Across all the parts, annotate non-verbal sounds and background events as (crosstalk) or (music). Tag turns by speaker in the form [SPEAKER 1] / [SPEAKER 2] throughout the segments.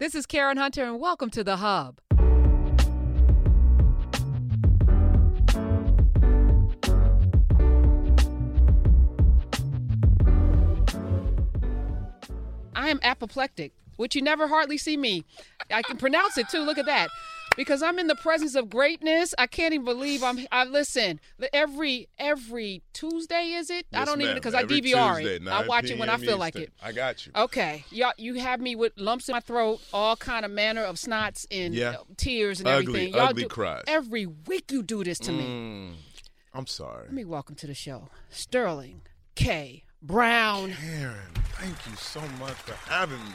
[SPEAKER 1] This is Karen Hunter, and welcome to The Hub. I am apoplectic, which you never hardly see me. I can pronounce it too. Look at that. Because I'm in the presence of greatness. I can't even believe I'm I listen. the- Every every Tuesday is it? I
[SPEAKER 2] Yes,
[SPEAKER 1] don't even
[SPEAKER 2] ma'am.
[SPEAKER 1] because I
[SPEAKER 2] Every
[SPEAKER 1] DVR
[SPEAKER 2] Tuesday,
[SPEAKER 1] it. I
[SPEAKER 2] 9
[SPEAKER 1] watch it when I
[SPEAKER 2] p.m.
[SPEAKER 1] feel like
[SPEAKER 2] Eastern.
[SPEAKER 1] it. Oh.
[SPEAKER 2] I got you.
[SPEAKER 1] Okay, y'all, you have me with lumps in my throat, all kind of manner of snots and
[SPEAKER 2] Yeah.
[SPEAKER 1] uh, tears and
[SPEAKER 2] Ugly,
[SPEAKER 1] everything. Y'all
[SPEAKER 2] ugly
[SPEAKER 1] do,
[SPEAKER 2] cries. Mm.
[SPEAKER 1] Every week you do this to me.
[SPEAKER 2] I'm sorry.
[SPEAKER 1] Let me welcome to the show, Sterling K. Brown.
[SPEAKER 2] Karen, thank you so much for having me.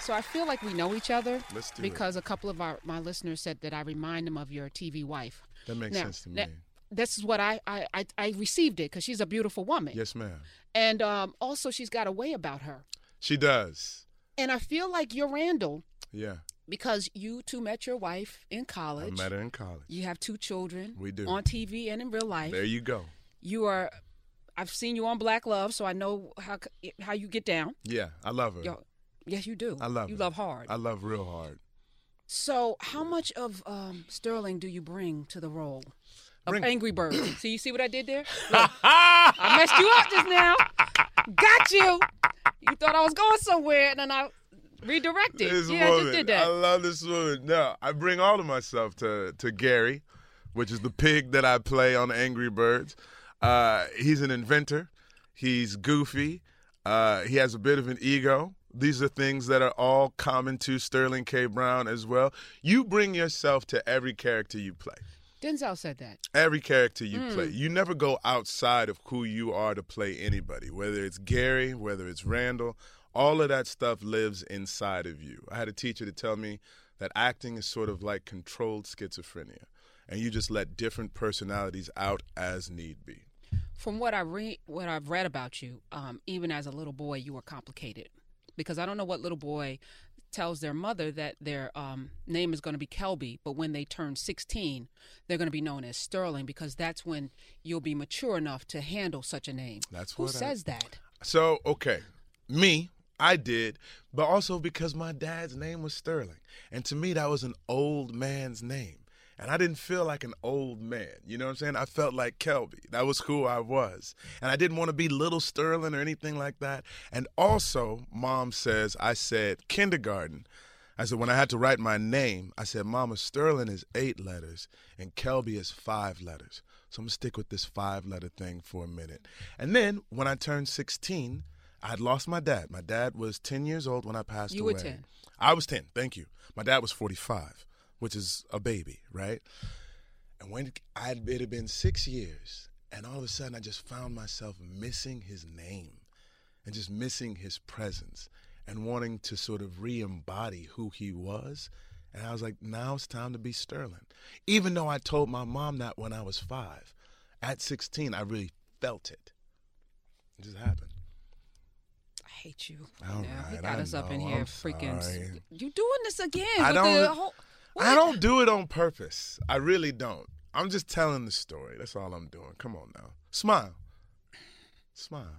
[SPEAKER 1] So I feel like we know each other
[SPEAKER 2] Let's do it.
[SPEAKER 1] because a couple of our my listeners said that I remind them of your TV wife.
[SPEAKER 2] That makes
[SPEAKER 1] Now,
[SPEAKER 2] sense to me.
[SPEAKER 1] now- This is what I I I, I received it because she's a beautiful woman,
[SPEAKER 2] yes, ma'am.
[SPEAKER 1] and um, also she's got a way about her.
[SPEAKER 2] She does.
[SPEAKER 1] And I feel like you're Randall
[SPEAKER 2] Yeah.
[SPEAKER 1] because you two met your wife in college.
[SPEAKER 2] I met her in college.
[SPEAKER 1] You have two children.
[SPEAKER 2] We do.
[SPEAKER 1] On TV and in real life.
[SPEAKER 2] There you go.
[SPEAKER 1] You are I've seen you on Black Love, so I know how c- how you get down.
[SPEAKER 2] Yeah, I love her.
[SPEAKER 1] Yo, yes, you do.
[SPEAKER 2] I love
[SPEAKER 1] You
[SPEAKER 2] her.
[SPEAKER 1] love hard.
[SPEAKER 2] I love real hard.
[SPEAKER 1] so, how much of um, Sterling do you bring to the role of
[SPEAKER 2] Bring-
[SPEAKER 1] Angry Bird?
[SPEAKER 2] (clears throat)
[SPEAKER 1] see, you see what I did
[SPEAKER 2] (laughs)
[SPEAKER 1] there? Look, I messed you up just now. Got you. You thought I was going somewhere, and then I redirected.
[SPEAKER 2] This
[SPEAKER 1] yeah, I
[SPEAKER 2] woman,
[SPEAKER 1] just did that.
[SPEAKER 2] I love this woman. No, I bring all of myself to to Gary, which is the pig that I play on Angry Birds. Uh, he's an inventor. He's goofy. Uh, he has a bit of an ego. These are things that are all common to Sterling K. Brown as well. You bring yourself to every character you play.
[SPEAKER 1] Denzel said that.
[SPEAKER 2] Every character you play, you never go outside of who you are to play anybody, whether it's Gary, whether it's Randall, all of that stuff lives inside of you. I had a teacher to tell me that acting is sort of like controlled schizophrenia, and you just let different personalities out as need be.
[SPEAKER 1] From what I read, what I've read about you, um, even as a little boy, you were complicated, because I don't know what little boy tells their mother that their um, name is going to be Kelby, but when they turn 16, they're going to be known as Sterling, because that's when you'll be mature enough to handle such a name.
[SPEAKER 2] That's
[SPEAKER 1] who
[SPEAKER 2] what I-
[SPEAKER 1] says that.
[SPEAKER 2] So, okay, me, I did, but also because my dad's name was Sterling. And to me, that was an old man's name. And I didn't feel like an old man. You know what I'm saying? I felt like Kelby. That was who I was. And I didn't want to be little Sterling or anything like that. And also, mom says, I said kindergarten. I said, when I had to write my name, I said, Mama, Sterling is eight letters and Kelby is five letters. So I'm going to stick with this five letter thing for a minute. And then when I turned 16, I had lost my dad. My dad was 10 years old when I passed
[SPEAKER 1] You were
[SPEAKER 2] away.
[SPEAKER 1] 10.
[SPEAKER 2] I was 10, thank you. My dad was 45, which is a baby, right? And when I had, it had been six years, and all of a sudden I just found myself missing his name and just missing his presence and wanting to sort of re embody who he was. And I was like, now it's time to be Sterling. Even though I told my mom that when I was five, at 16, I really felt it. It just happened.
[SPEAKER 1] I hate you.
[SPEAKER 2] All
[SPEAKER 1] now. he
[SPEAKER 2] right,
[SPEAKER 1] got
[SPEAKER 2] I
[SPEAKER 1] us up in
[SPEAKER 2] know,
[SPEAKER 1] here,
[SPEAKER 2] I'm
[SPEAKER 1] freaking.
[SPEAKER 2] sorry.
[SPEAKER 1] You doing this again?
[SPEAKER 2] I
[SPEAKER 1] with
[SPEAKER 2] don't-
[SPEAKER 1] The whole, What?
[SPEAKER 2] I don't do it on purpose. I really don't. I'm just telling the story. That's all I'm doing. Come on now. Smile. Smile.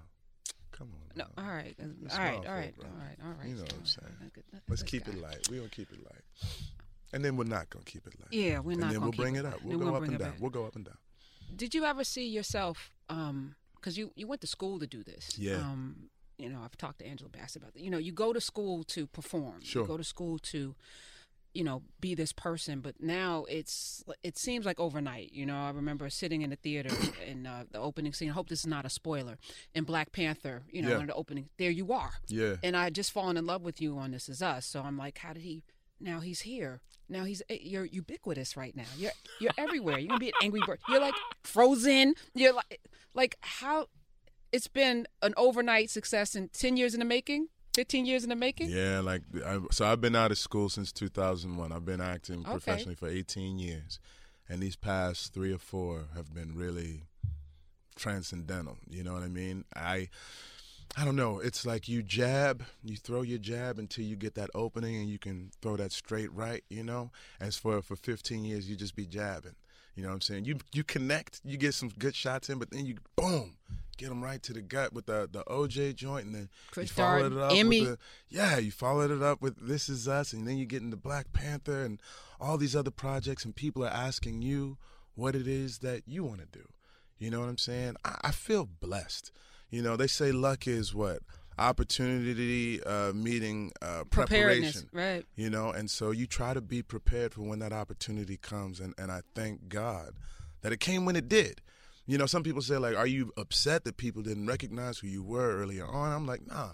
[SPEAKER 2] Come on.
[SPEAKER 1] No.
[SPEAKER 2] now.
[SPEAKER 1] All right. All right. All
[SPEAKER 2] smile
[SPEAKER 1] right.
[SPEAKER 2] for
[SPEAKER 1] All right.
[SPEAKER 2] it, bro.
[SPEAKER 1] All right. All right.
[SPEAKER 2] You know what I'm saying. Let's keep it light. We're going to keep it light. And then we're not going to keep it light.
[SPEAKER 1] Yeah, we're
[SPEAKER 2] and
[SPEAKER 1] not.
[SPEAKER 2] then
[SPEAKER 1] gonna
[SPEAKER 2] we'll
[SPEAKER 1] keep
[SPEAKER 2] bring it up. We'll
[SPEAKER 1] Then
[SPEAKER 2] go
[SPEAKER 1] we'll
[SPEAKER 2] up
[SPEAKER 1] bring
[SPEAKER 2] and
[SPEAKER 1] it
[SPEAKER 2] down.
[SPEAKER 1] back.
[SPEAKER 2] We'll go up and down.
[SPEAKER 1] Did you ever see yourself? Um, because you you went to school to do this.
[SPEAKER 2] Yeah.
[SPEAKER 1] Um, you know, I've talked to Angela Bass about that. You know, you go to school to perform.
[SPEAKER 2] Sure.
[SPEAKER 1] You go to school to, you know, be this person. But now it's it seems like overnight. You know, I remember sitting in the theater (coughs) and uh, the opening scene. I hope this is not a spoiler. In Black Panther, you know,
[SPEAKER 2] Yeah.
[SPEAKER 1] in the opening, there you are.
[SPEAKER 2] Yeah.
[SPEAKER 1] And I had just fallen in love with you on This Is Us. So I'm like, how did he? Now he's here. Now he's eh, you're ubiquitous right now. You're you're everywhere. You're gonna be an angry bird. You're like frozen. You're like like how? It's been an overnight success in ten years in the making, fifteen years in the making.
[SPEAKER 2] Yeah, like I, so I've been out of school since 2001. I've been acting
[SPEAKER 1] Okay.
[SPEAKER 2] professionally for 18 years, and these past three or four have been really transcendental. You know what I mean? I I don't know. It's like you jab, you throw your jab until you get that opening, and you can throw that straight right. You know, as for for 15 years, you just be jabbing. You know what I'm saying? You you connect, you get some good shots in, but then you boom, get them right to the gut with the the OJ joint, and then
[SPEAKER 1] Chris
[SPEAKER 2] you followed
[SPEAKER 1] Darden,
[SPEAKER 2] it up
[SPEAKER 1] Emmy.
[SPEAKER 2] with the, yeah, you followed it up with This Is Us, and then you get into Black Panther and all these other projects, and people are asking you what it is that you want to do. You know what I'm saying? I, I feel blessed. You know, they say luck is what opportunity uh, meeting uh,
[SPEAKER 1] Preparedness,
[SPEAKER 2] preparation
[SPEAKER 1] right?
[SPEAKER 2] you know and so you try to be prepared for when that opportunity comes and, and i thank god that it came when it did you know some people say like are you upset that people didn't recognize who you were earlier on i'm like nah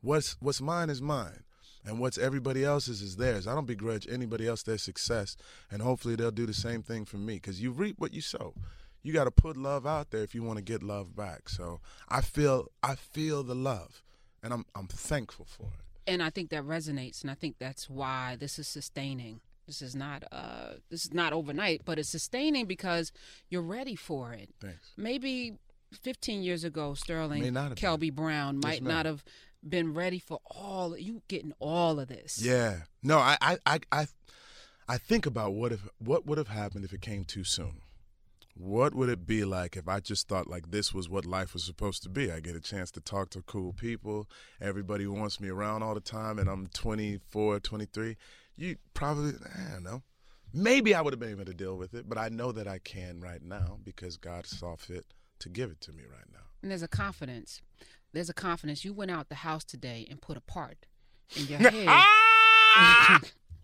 [SPEAKER 2] what's what's mine is mine and what's everybody else's is theirs i don't begrudge anybody else their success and hopefully they'll do the same thing for me because you reap what you sow you got to put love out there if you want to get love back so i feel i feel the love and i'm i'm thankful for it
[SPEAKER 1] And I think that resonates, and I think that's why this is sustaining. This is not uh, this is not overnight, but it's sustaining because you're ready for it.
[SPEAKER 2] thanks
[SPEAKER 1] maybe 15 years ago, Sterling
[SPEAKER 2] May not have
[SPEAKER 1] Kelby Brown might
[SPEAKER 2] ma'am.
[SPEAKER 1] not have been ready for all you getting all of this.
[SPEAKER 2] Yeah. No, I, I, I, I, I think about what if what would have happened if it came too soon. What would it be like if I just thought like this was what life was supposed to be? I get a chance to talk to cool people. Everybody wants me around all the time, and I'm 24, 23. You probably, I don't know. Maybe I would have been able to deal with it, but I know that I can right now because God saw fit to give it to me right now.
[SPEAKER 1] And there's a confidence. There's a confidence. You went out the house today and put a part in
[SPEAKER 2] (laughs)
[SPEAKER 1] your head.
[SPEAKER 2] Ah!
[SPEAKER 1] (laughs)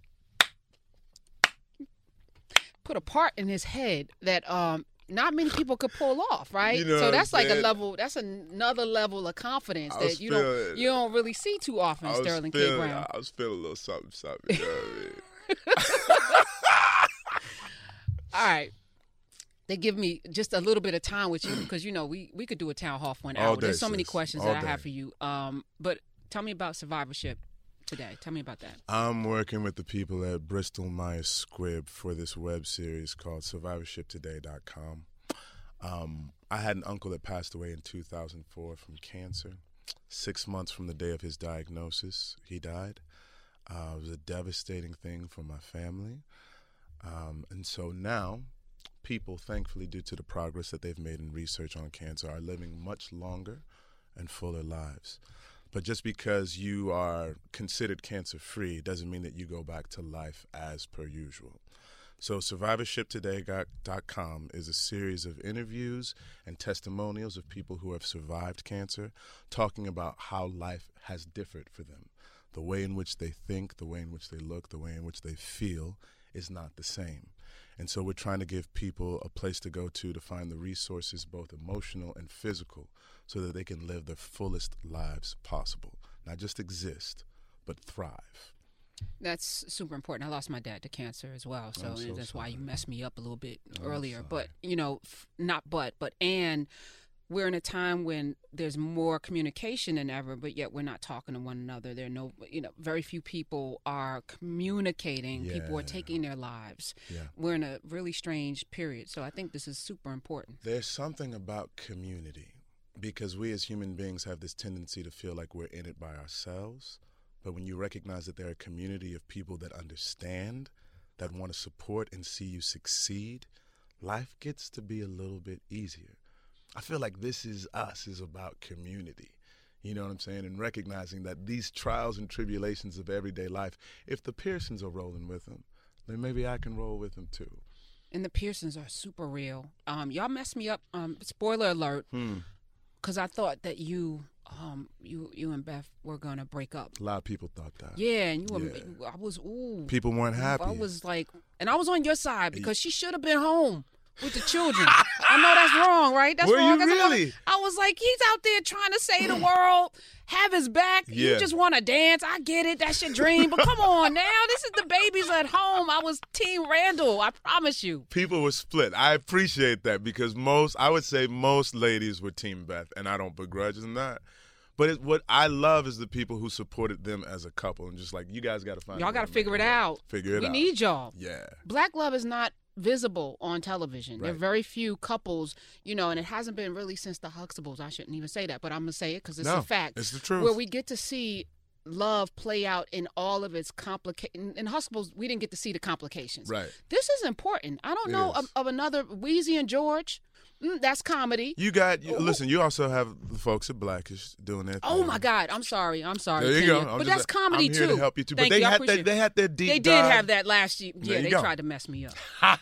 [SPEAKER 1] put a part in his head that um not many people could pull off, right?
[SPEAKER 2] (laughs) You know what
[SPEAKER 1] so
[SPEAKER 2] I'm
[SPEAKER 1] that's like a
[SPEAKER 2] saying?
[SPEAKER 1] level. That's another level of confidence
[SPEAKER 2] I
[SPEAKER 1] that
[SPEAKER 2] was
[SPEAKER 1] you don't
[SPEAKER 2] feeling it.
[SPEAKER 1] you don't really see too often. Sterling K. Brown.
[SPEAKER 2] I was feeling a little something, something. You know what I mean?
[SPEAKER 1] All right. They give me just a little bit of time with you because you know we we could do a town hall for an
[SPEAKER 2] All
[SPEAKER 1] hour. There's
[SPEAKER 2] day,
[SPEAKER 1] so many
[SPEAKER 2] sis.
[SPEAKER 1] questions
[SPEAKER 2] All
[SPEAKER 1] that I have
[SPEAKER 2] day.
[SPEAKER 1] for you. Um, but tell me about survivorship today. Tell me about that.
[SPEAKER 2] I'm working with the people at Bristol Myers Squibb for this web series called SurvivorshipToday.com. Um, I had an uncle that passed away in 2004 from cancer. Six months from the day of his diagnosis, he died. Uh, it was a devastating thing for my family. Um, and so now, people, thankfully, due to the progress that they've made in research on cancer, are living much longer and fuller lives. But just because you are considered cancer free doesn't mean that you go back to life as per usual. So, survivorshiptoday.com is a series of interviews and testimonials of people who have survived cancer, talking about how life has differed for them. The way in which they think, the way in which they look, the way in which they feel is not the same. And so, we're trying to give people a place to go to to find the resources, both emotional and physical, so that they can live their fullest lives possible. Not just exist, but thrive.
[SPEAKER 1] That's super important. I lost my dad to cancer as well, so,
[SPEAKER 2] so
[SPEAKER 1] that's why you messed me up a little bit
[SPEAKER 2] I'm
[SPEAKER 1] earlier.
[SPEAKER 2] sorry.
[SPEAKER 1] But you know, f- not but but and we're in a time when there's more communication than ever, but yet we're not talking to one another. There are no, you know, very few people are communicating. People are
[SPEAKER 2] Yeah.
[SPEAKER 1] taking their lives.
[SPEAKER 2] Yeah.
[SPEAKER 1] We're in a really strange period, so I think this is super important.
[SPEAKER 2] There's something about community because we as human beings have this tendency to feel like we're in it by ourselves. But when you recognize that there are a community of people that understand, that want to support and see you succeed, life gets to be a little bit easier. I feel like this is us is about community. You know what I'm saying? And recognizing that these trials and tribulations of everyday life, if the Pearsons are rolling with them, then maybe I can roll with them too.
[SPEAKER 1] And the Pearsons are super real. Um, y'all messed me up. Um, spoiler alert, because I thought that you, um, you, you and Beth were gonna break up.
[SPEAKER 2] A lot of people thought that.
[SPEAKER 1] Yeah, and you were.
[SPEAKER 2] Yeah.
[SPEAKER 1] I was ooh.
[SPEAKER 2] People weren't happy.
[SPEAKER 1] I was like, and I was on your side because she should have been home with the children. I know that's wrong, right? That's
[SPEAKER 2] Were
[SPEAKER 1] wrong.
[SPEAKER 2] you
[SPEAKER 1] 'cause I wanna-
[SPEAKER 2] really?
[SPEAKER 1] I was like, he's out there trying to save the world, have his back. You
[SPEAKER 2] Yeah.
[SPEAKER 1] just want to dance. I get it. That's your dream. But come on now, this is the babies at home. I was Team Randall. I promise you.
[SPEAKER 2] people were split. I appreciate that because most, I would say most ladies were Team Beth, and I don't begrudge them that. But it, what I love is the people who supported them as a couple and just like, you guys got to find a
[SPEAKER 1] Y'all
[SPEAKER 2] way
[SPEAKER 1] got
[SPEAKER 2] to
[SPEAKER 1] to
[SPEAKER 2] make
[SPEAKER 1] figure it out.
[SPEAKER 2] Figure it
[SPEAKER 1] we
[SPEAKER 2] out.
[SPEAKER 1] need y'all.
[SPEAKER 2] Yeah.
[SPEAKER 1] Black love is not visible on television. There are
[SPEAKER 2] Right.
[SPEAKER 1] very few couples, you know, and it hasn't been really since the Huxtables. I shouldn't even say that, but I'm gonna say it because it's a
[SPEAKER 2] No,
[SPEAKER 1] fact.
[SPEAKER 2] it's the truth.
[SPEAKER 1] Where we get to see love play out in all of its complications. In Huxtables, we didn't get to see the complications.
[SPEAKER 2] Right.
[SPEAKER 1] This is important. I don't
[SPEAKER 2] It
[SPEAKER 1] know
[SPEAKER 2] is.
[SPEAKER 1] of, of another Wheezy and George. Mm, that's comedy.
[SPEAKER 2] You got you, listen. You also have the folks at Blackish doing their
[SPEAKER 1] Oh
[SPEAKER 2] thing.
[SPEAKER 1] my God! I'm sorry. I'm sorry.
[SPEAKER 2] There you
[SPEAKER 1] Kenya.
[SPEAKER 2] go. I'm
[SPEAKER 1] but
[SPEAKER 2] just-
[SPEAKER 1] that's comedy
[SPEAKER 2] I'm
[SPEAKER 1] too.
[SPEAKER 2] here to help you too.
[SPEAKER 1] Thank
[SPEAKER 2] but they
[SPEAKER 1] you. I
[SPEAKER 2] had
[SPEAKER 1] appreciate
[SPEAKER 2] that.
[SPEAKER 1] it.
[SPEAKER 2] They had their deep.
[SPEAKER 1] They did
[SPEAKER 2] dive.
[SPEAKER 1] have that last year.
[SPEAKER 2] There
[SPEAKER 1] yeah,
[SPEAKER 2] you
[SPEAKER 1] they
[SPEAKER 2] go.
[SPEAKER 1] tried to mess me up.
[SPEAKER 2] (laughs)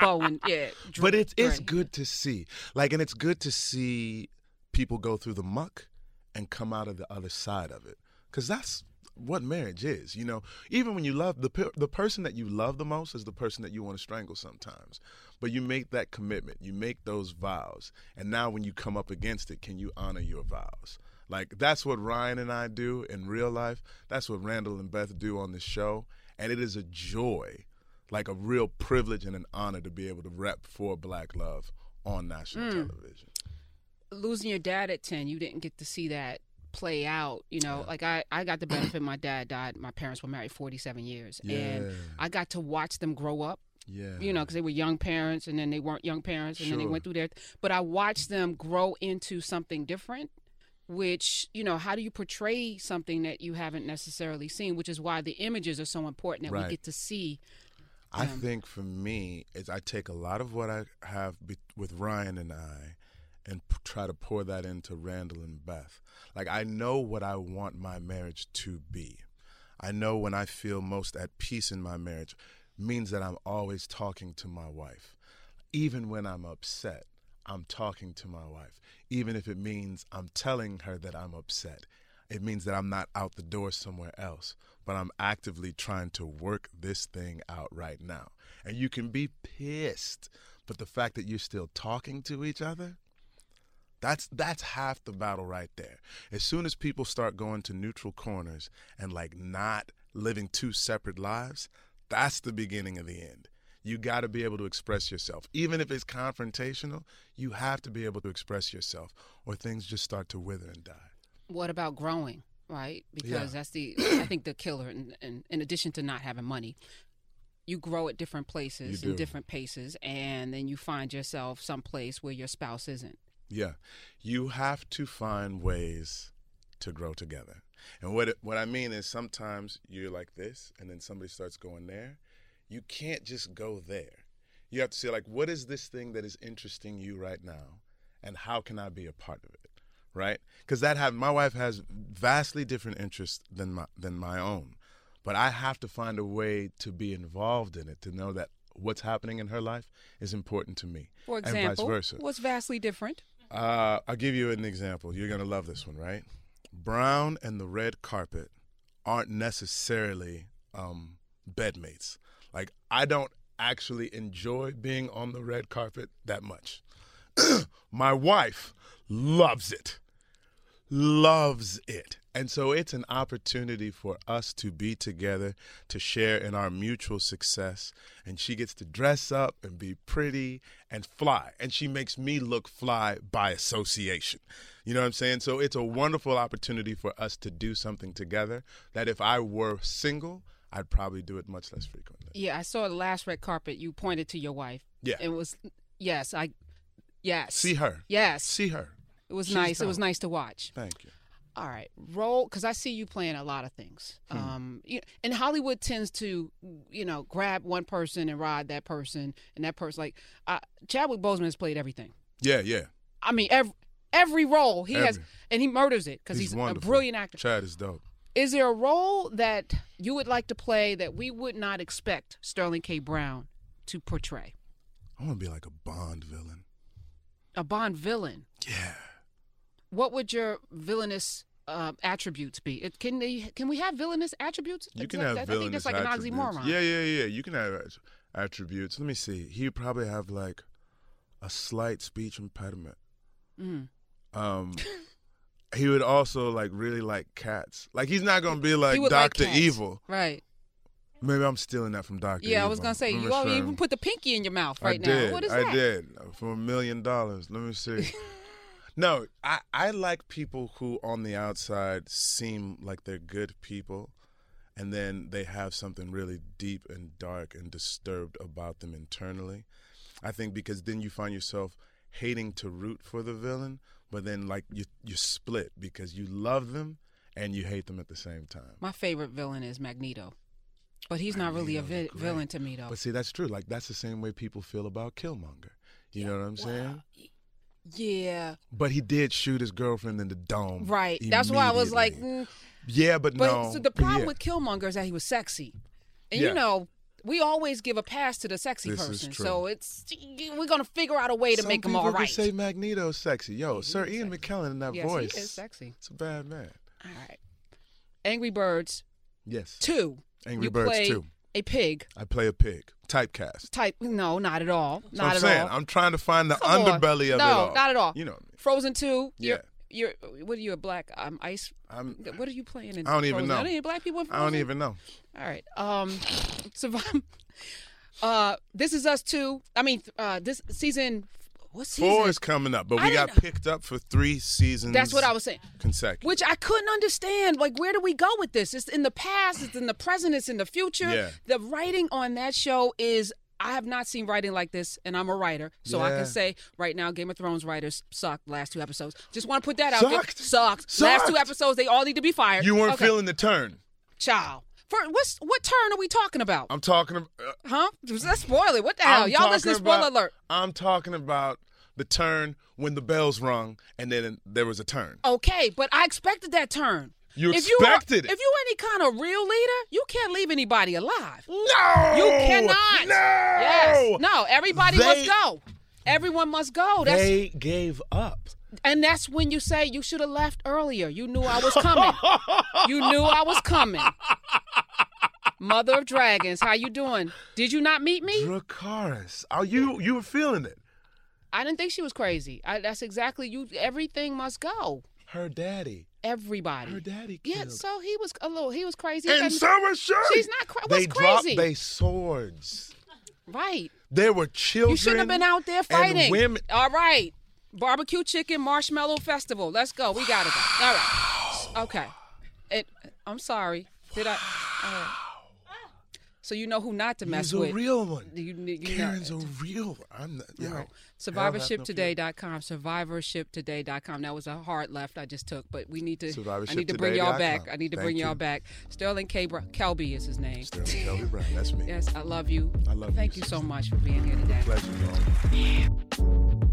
[SPEAKER 1] Bowen, yeah. Dr-
[SPEAKER 2] But it's it's
[SPEAKER 1] Dre.
[SPEAKER 2] good to see. Like, and it's good to see people go through the muck and come out of the other side of it. Cause that's what marriage is. You know, even when you love the per- the person that you love the most is the person that you want to strangle sometimes. But you make that commitment, you make those vows, and now when you come up against it, can you honor your vows? Like that's what Ryan and I do in real life. That's what Randall and Beth do on the show, and it is a joy like a real privilege and an honor to be able to rep for black love on national
[SPEAKER 1] Mm.
[SPEAKER 2] television.
[SPEAKER 1] Losing your dad at ten, you didn't get to see that play out. You know, like I, I got the benefit. My dad died. My parents were married forty seven years, and
[SPEAKER 2] Yeah.
[SPEAKER 1] I got to watch them grow up.
[SPEAKER 2] Yeah.
[SPEAKER 1] you know, because they were young parents and then they weren't young parents and then they
[SPEAKER 2] Sure.
[SPEAKER 1] went through their. But I watched them grow into something different, which, you know, how do you portray something that you haven't necessarily seen, which is why the images are so important that we
[SPEAKER 2] Right.
[SPEAKER 1] get to see.
[SPEAKER 2] I think for me is I take a lot of what I have be- with Ryan and I and p- try to pour that into Randall and Beth. Like I know what I want my marriage to be. I know when I feel most at peace in my marriage means that I'm always talking to my wife. Even when I'm upset, I'm talking to my wife. Even if it means I'm telling her that I'm upset, it means that I'm not out the door somewhere else, but I'm actively trying to work this thing out right now. And you can be pissed, but the fact that you're still talking to each other, that's that's half the battle right there. As soon as people start going to neutral corners and like not living two separate lives, that's the beginning of the end. You got to be able to express yourself. Even if it's confrontational, you have to be able to express yourself or things just start to wither and die.
[SPEAKER 1] What about growing, right? Because
[SPEAKER 2] Yeah.
[SPEAKER 1] that's the, I think, the killer, in, in, in addition to not having money. You grow at different places
[SPEAKER 2] You
[SPEAKER 1] and
[SPEAKER 2] do.
[SPEAKER 1] different paces, and then you find yourself someplace where your spouse isn't.
[SPEAKER 2] Yeah. You have to find ways to grow together. And what it- what I mean is sometimes you're like this and then somebody starts going there. You can't just go there. You have to say like what is this thing that is interesting you right now and how can I be a part of it? Right? Cuz that have my wife has vastly different interests than my than my own. But I have to find a way to be involved in it to know that what's happening in her life is important to me.
[SPEAKER 1] For
[SPEAKER 2] and vice
[SPEAKER 1] example,
[SPEAKER 2] versa.
[SPEAKER 1] what's vastly different?
[SPEAKER 2] Uh, I'll give you an example. You're gonna love this one, right? Brown and the red carpet aren't necessarily um, bedmates. Like I don't actually enjoy being on the red carpet that much. My wife loves it, loves it, and so it's an opportunity for us to be together, to share in our mutual success. And she gets to dress up and be pretty and fly, and she makes me look fly by association. You know what I'm saying? So it's a wonderful opportunity for us to do something together that if I were single, I'd probably do it much less frequently.
[SPEAKER 1] Yeah, I saw the last red carpet. You pointed to your wife.
[SPEAKER 2] Yeah.
[SPEAKER 1] It was yes, I yes.
[SPEAKER 2] See her.
[SPEAKER 1] Yes.
[SPEAKER 2] See her.
[SPEAKER 1] It was
[SPEAKER 2] she's
[SPEAKER 1] nice. It was
[SPEAKER 2] dope.
[SPEAKER 1] nice to watch.
[SPEAKER 2] Thank you.
[SPEAKER 1] All right. Roll cuz I see you playing a lot of things.
[SPEAKER 2] Hmm.
[SPEAKER 1] Um you, and Hollywood tends to you know, grab one person and ride that person and that person like uh, Chadwick Boseman has played everything.
[SPEAKER 2] Yeah, yeah.
[SPEAKER 1] I mean every every role he has
[SPEAKER 2] Every.
[SPEAKER 1] and he murders it cuz he's, a
[SPEAKER 2] wonderful.
[SPEAKER 1] brilliant actor.
[SPEAKER 2] Chad is dope.
[SPEAKER 1] Is there a role that you would like to play that we would not expect Sterling K Brown to portray?
[SPEAKER 2] I want to be like a Bond villain.
[SPEAKER 1] a Bond villain,
[SPEAKER 2] Yeah.
[SPEAKER 1] what would your villainous uh, attributes be? It, can they? Can we have villainous attributes?
[SPEAKER 2] You can
[SPEAKER 1] That-
[SPEAKER 2] have
[SPEAKER 1] that- I think
[SPEAKER 2] villainous
[SPEAKER 1] that's like
[SPEAKER 2] attributes.
[SPEAKER 1] an oxymoron.
[SPEAKER 2] Yeah, yeah, yeah. You can have att- attributes. Let me see. He would probably have like a slight speech impediment.
[SPEAKER 1] Mm. (laughs)
[SPEAKER 2] Um, he would also like really like cats. Like he's not gonna be like
[SPEAKER 1] would like
[SPEAKER 2] Doctor
[SPEAKER 1] cats.
[SPEAKER 2] Evil.
[SPEAKER 1] Right.
[SPEAKER 2] Maybe I'm stealing that from Doctor.
[SPEAKER 1] Yeah, I was gonna say you all even put the pinky in your mouth right
[SPEAKER 2] I did.
[SPEAKER 1] now. What is
[SPEAKER 2] I
[SPEAKER 1] that?
[SPEAKER 2] did for a million dollars. Let
[SPEAKER 1] (laughs)
[SPEAKER 2] me see. no, I I like people who on the outside seem like they're good people, and then they have something really deep and dark and disturbed about them internally. I think because then you find yourself hating to root for the villain, but then like you you're split because you love them and you hate them at the same time.
[SPEAKER 1] My favorite villain is Magneto, but he's not really a vi-
[SPEAKER 2] Magneto's great.
[SPEAKER 1] villain to me though.
[SPEAKER 2] But see, that's true. Like that's the same way people feel about Killmonger. You know what I'm saying?
[SPEAKER 1] yeah,
[SPEAKER 2] But he did shoot his girlfriend in the dome.
[SPEAKER 1] right. That's why I was like,
[SPEAKER 2] immediately.
[SPEAKER 1] mm,
[SPEAKER 2] yeah, but,
[SPEAKER 1] but
[SPEAKER 2] no.
[SPEAKER 1] so the
[SPEAKER 2] but
[SPEAKER 1] problem
[SPEAKER 2] yeah.
[SPEAKER 1] with Killmonger is that he was sexy, and
[SPEAKER 2] Yeah.
[SPEAKER 1] you know. We always give a pass to the sexy
[SPEAKER 2] This is
[SPEAKER 1] person,
[SPEAKER 2] true.
[SPEAKER 1] so it's we're gonna figure out a way to
[SPEAKER 2] Some
[SPEAKER 1] make them
[SPEAKER 2] people
[SPEAKER 1] all
[SPEAKER 2] could
[SPEAKER 1] right.
[SPEAKER 2] say Magneto's sexy. Yo, Sir Ian McKellen in that
[SPEAKER 1] yes,
[SPEAKER 2] voice.
[SPEAKER 1] he is sexy.
[SPEAKER 2] It's a bad man.
[SPEAKER 1] All right, Angry Birds
[SPEAKER 2] Yes.
[SPEAKER 1] two.
[SPEAKER 2] Angry
[SPEAKER 1] you
[SPEAKER 2] Birds
[SPEAKER 1] play
[SPEAKER 2] 2.
[SPEAKER 1] A pig
[SPEAKER 2] I play a pig. Typecast.
[SPEAKER 1] type? No, not at all.
[SPEAKER 2] So
[SPEAKER 1] not
[SPEAKER 2] I'm
[SPEAKER 1] at
[SPEAKER 2] saying
[SPEAKER 1] all.
[SPEAKER 2] I'm trying to find the
[SPEAKER 1] Come on.
[SPEAKER 2] underbelly of
[SPEAKER 1] no,
[SPEAKER 2] it all.
[SPEAKER 1] not at all.
[SPEAKER 2] You know what I mean?
[SPEAKER 1] Frozen two. You're,
[SPEAKER 2] Yeah.
[SPEAKER 1] you're what are you a black um ice?
[SPEAKER 2] I'm-
[SPEAKER 1] What are you playing in?
[SPEAKER 2] I don't even
[SPEAKER 1] Frozen?
[SPEAKER 2] know.
[SPEAKER 1] Are there any black people in
[SPEAKER 2] I
[SPEAKER 1] Frozen?
[SPEAKER 2] don't even know.
[SPEAKER 1] All right. Um, (laughs) survive. Uh, this is us two. I mean, th- uh, this season. What season?
[SPEAKER 2] Four is coming up, but
[SPEAKER 1] I
[SPEAKER 2] we got
[SPEAKER 1] didn't-
[SPEAKER 2] picked up for three seasons.
[SPEAKER 1] That's what I was saying.
[SPEAKER 2] consecutive.
[SPEAKER 1] Which I couldn't understand. Like, where do we go with this? It's in the past. It's in the present. It's in the future.
[SPEAKER 2] Yeah.
[SPEAKER 1] The writing on that show is. I have not seen writing like this, and I'm a writer, so I
[SPEAKER 2] Yeah.
[SPEAKER 1] can say right now, Game of Thrones writers sucked. Last two episodes. Just want to put that out there.
[SPEAKER 2] Sucked?
[SPEAKER 1] Sucked. Last two
[SPEAKER 2] Sucked.
[SPEAKER 1] episodes, they all need to be fired.
[SPEAKER 2] you weren't
[SPEAKER 1] Okay.
[SPEAKER 2] feeling the turn.
[SPEAKER 1] Child. For, what's what turn are we talking about?
[SPEAKER 2] I'm talking. ab- Uh,
[SPEAKER 1] huh? Let's spoil it. What the hell?
[SPEAKER 2] I'm
[SPEAKER 1] Y'all listening? to
[SPEAKER 2] talking
[SPEAKER 1] Spoiler
[SPEAKER 2] about-
[SPEAKER 1] alert.
[SPEAKER 2] I'm talking about the turn when the bells rung, and then there was a turn.
[SPEAKER 1] Okay, but I expected that turn.
[SPEAKER 2] You
[SPEAKER 1] if
[SPEAKER 2] expected
[SPEAKER 1] you
[SPEAKER 2] it.
[SPEAKER 1] are, If you're any kind of real leader, you can't leave anybody alive.
[SPEAKER 2] No,
[SPEAKER 1] You cannot.
[SPEAKER 2] No,
[SPEAKER 1] Yes. No. Everybody must
[SPEAKER 2] They-
[SPEAKER 1] go. Everyone must go. That's
[SPEAKER 2] They gave up.
[SPEAKER 1] and that's when you say you should have left earlier. You knew I was coming. you knew I was coming. Mother of dragons, how you doing? Did you not meet me?
[SPEAKER 2] Dracarys, are you you were feeling it?
[SPEAKER 1] I didn't think she was crazy. I, that's exactly you. Everything must go.
[SPEAKER 2] Her daddy,
[SPEAKER 1] Everybody.
[SPEAKER 2] her daddy killed.
[SPEAKER 1] Yeah, so he was a little. He was crazy. He
[SPEAKER 2] and
[SPEAKER 1] doesn't-
[SPEAKER 2] so was she.
[SPEAKER 1] She's not cra- what's
[SPEAKER 2] They dropped
[SPEAKER 1] crazy?
[SPEAKER 2] their swords.
[SPEAKER 1] right.
[SPEAKER 2] There were children.
[SPEAKER 1] You shouldn't have been out there fighting.
[SPEAKER 2] And women.
[SPEAKER 1] All right. Barbecue chicken marshmallow festival. Let's go. We gotta go. All right. Okay. It, I'm sorry. Did I? All right. So you know who not to mess
[SPEAKER 2] He's a
[SPEAKER 1] with.
[SPEAKER 2] real one.
[SPEAKER 1] you, you know-
[SPEAKER 2] Karen's a real one. I'm not. Yeah.
[SPEAKER 1] survivorshiptoday.com survivorshiptoday.com that was a hard left i just took but we need to i need to bring y'all
[SPEAKER 2] survivorshiptoday.com.
[SPEAKER 1] back i need to bring
[SPEAKER 2] Thank
[SPEAKER 1] y'all
[SPEAKER 2] you.
[SPEAKER 1] back sterling k Br- kelby is his name
[SPEAKER 2] Sterling Kelly Brown. That's me.
[SPEAKER 1] yes i love you
[SPEAKER 2] I love you,
[SPEAKER 1] thank you
[SPEAKER 2] sis.
[SPEAKER 1] so much for being here today
[SPEAKER 2] Pleasure, y'all.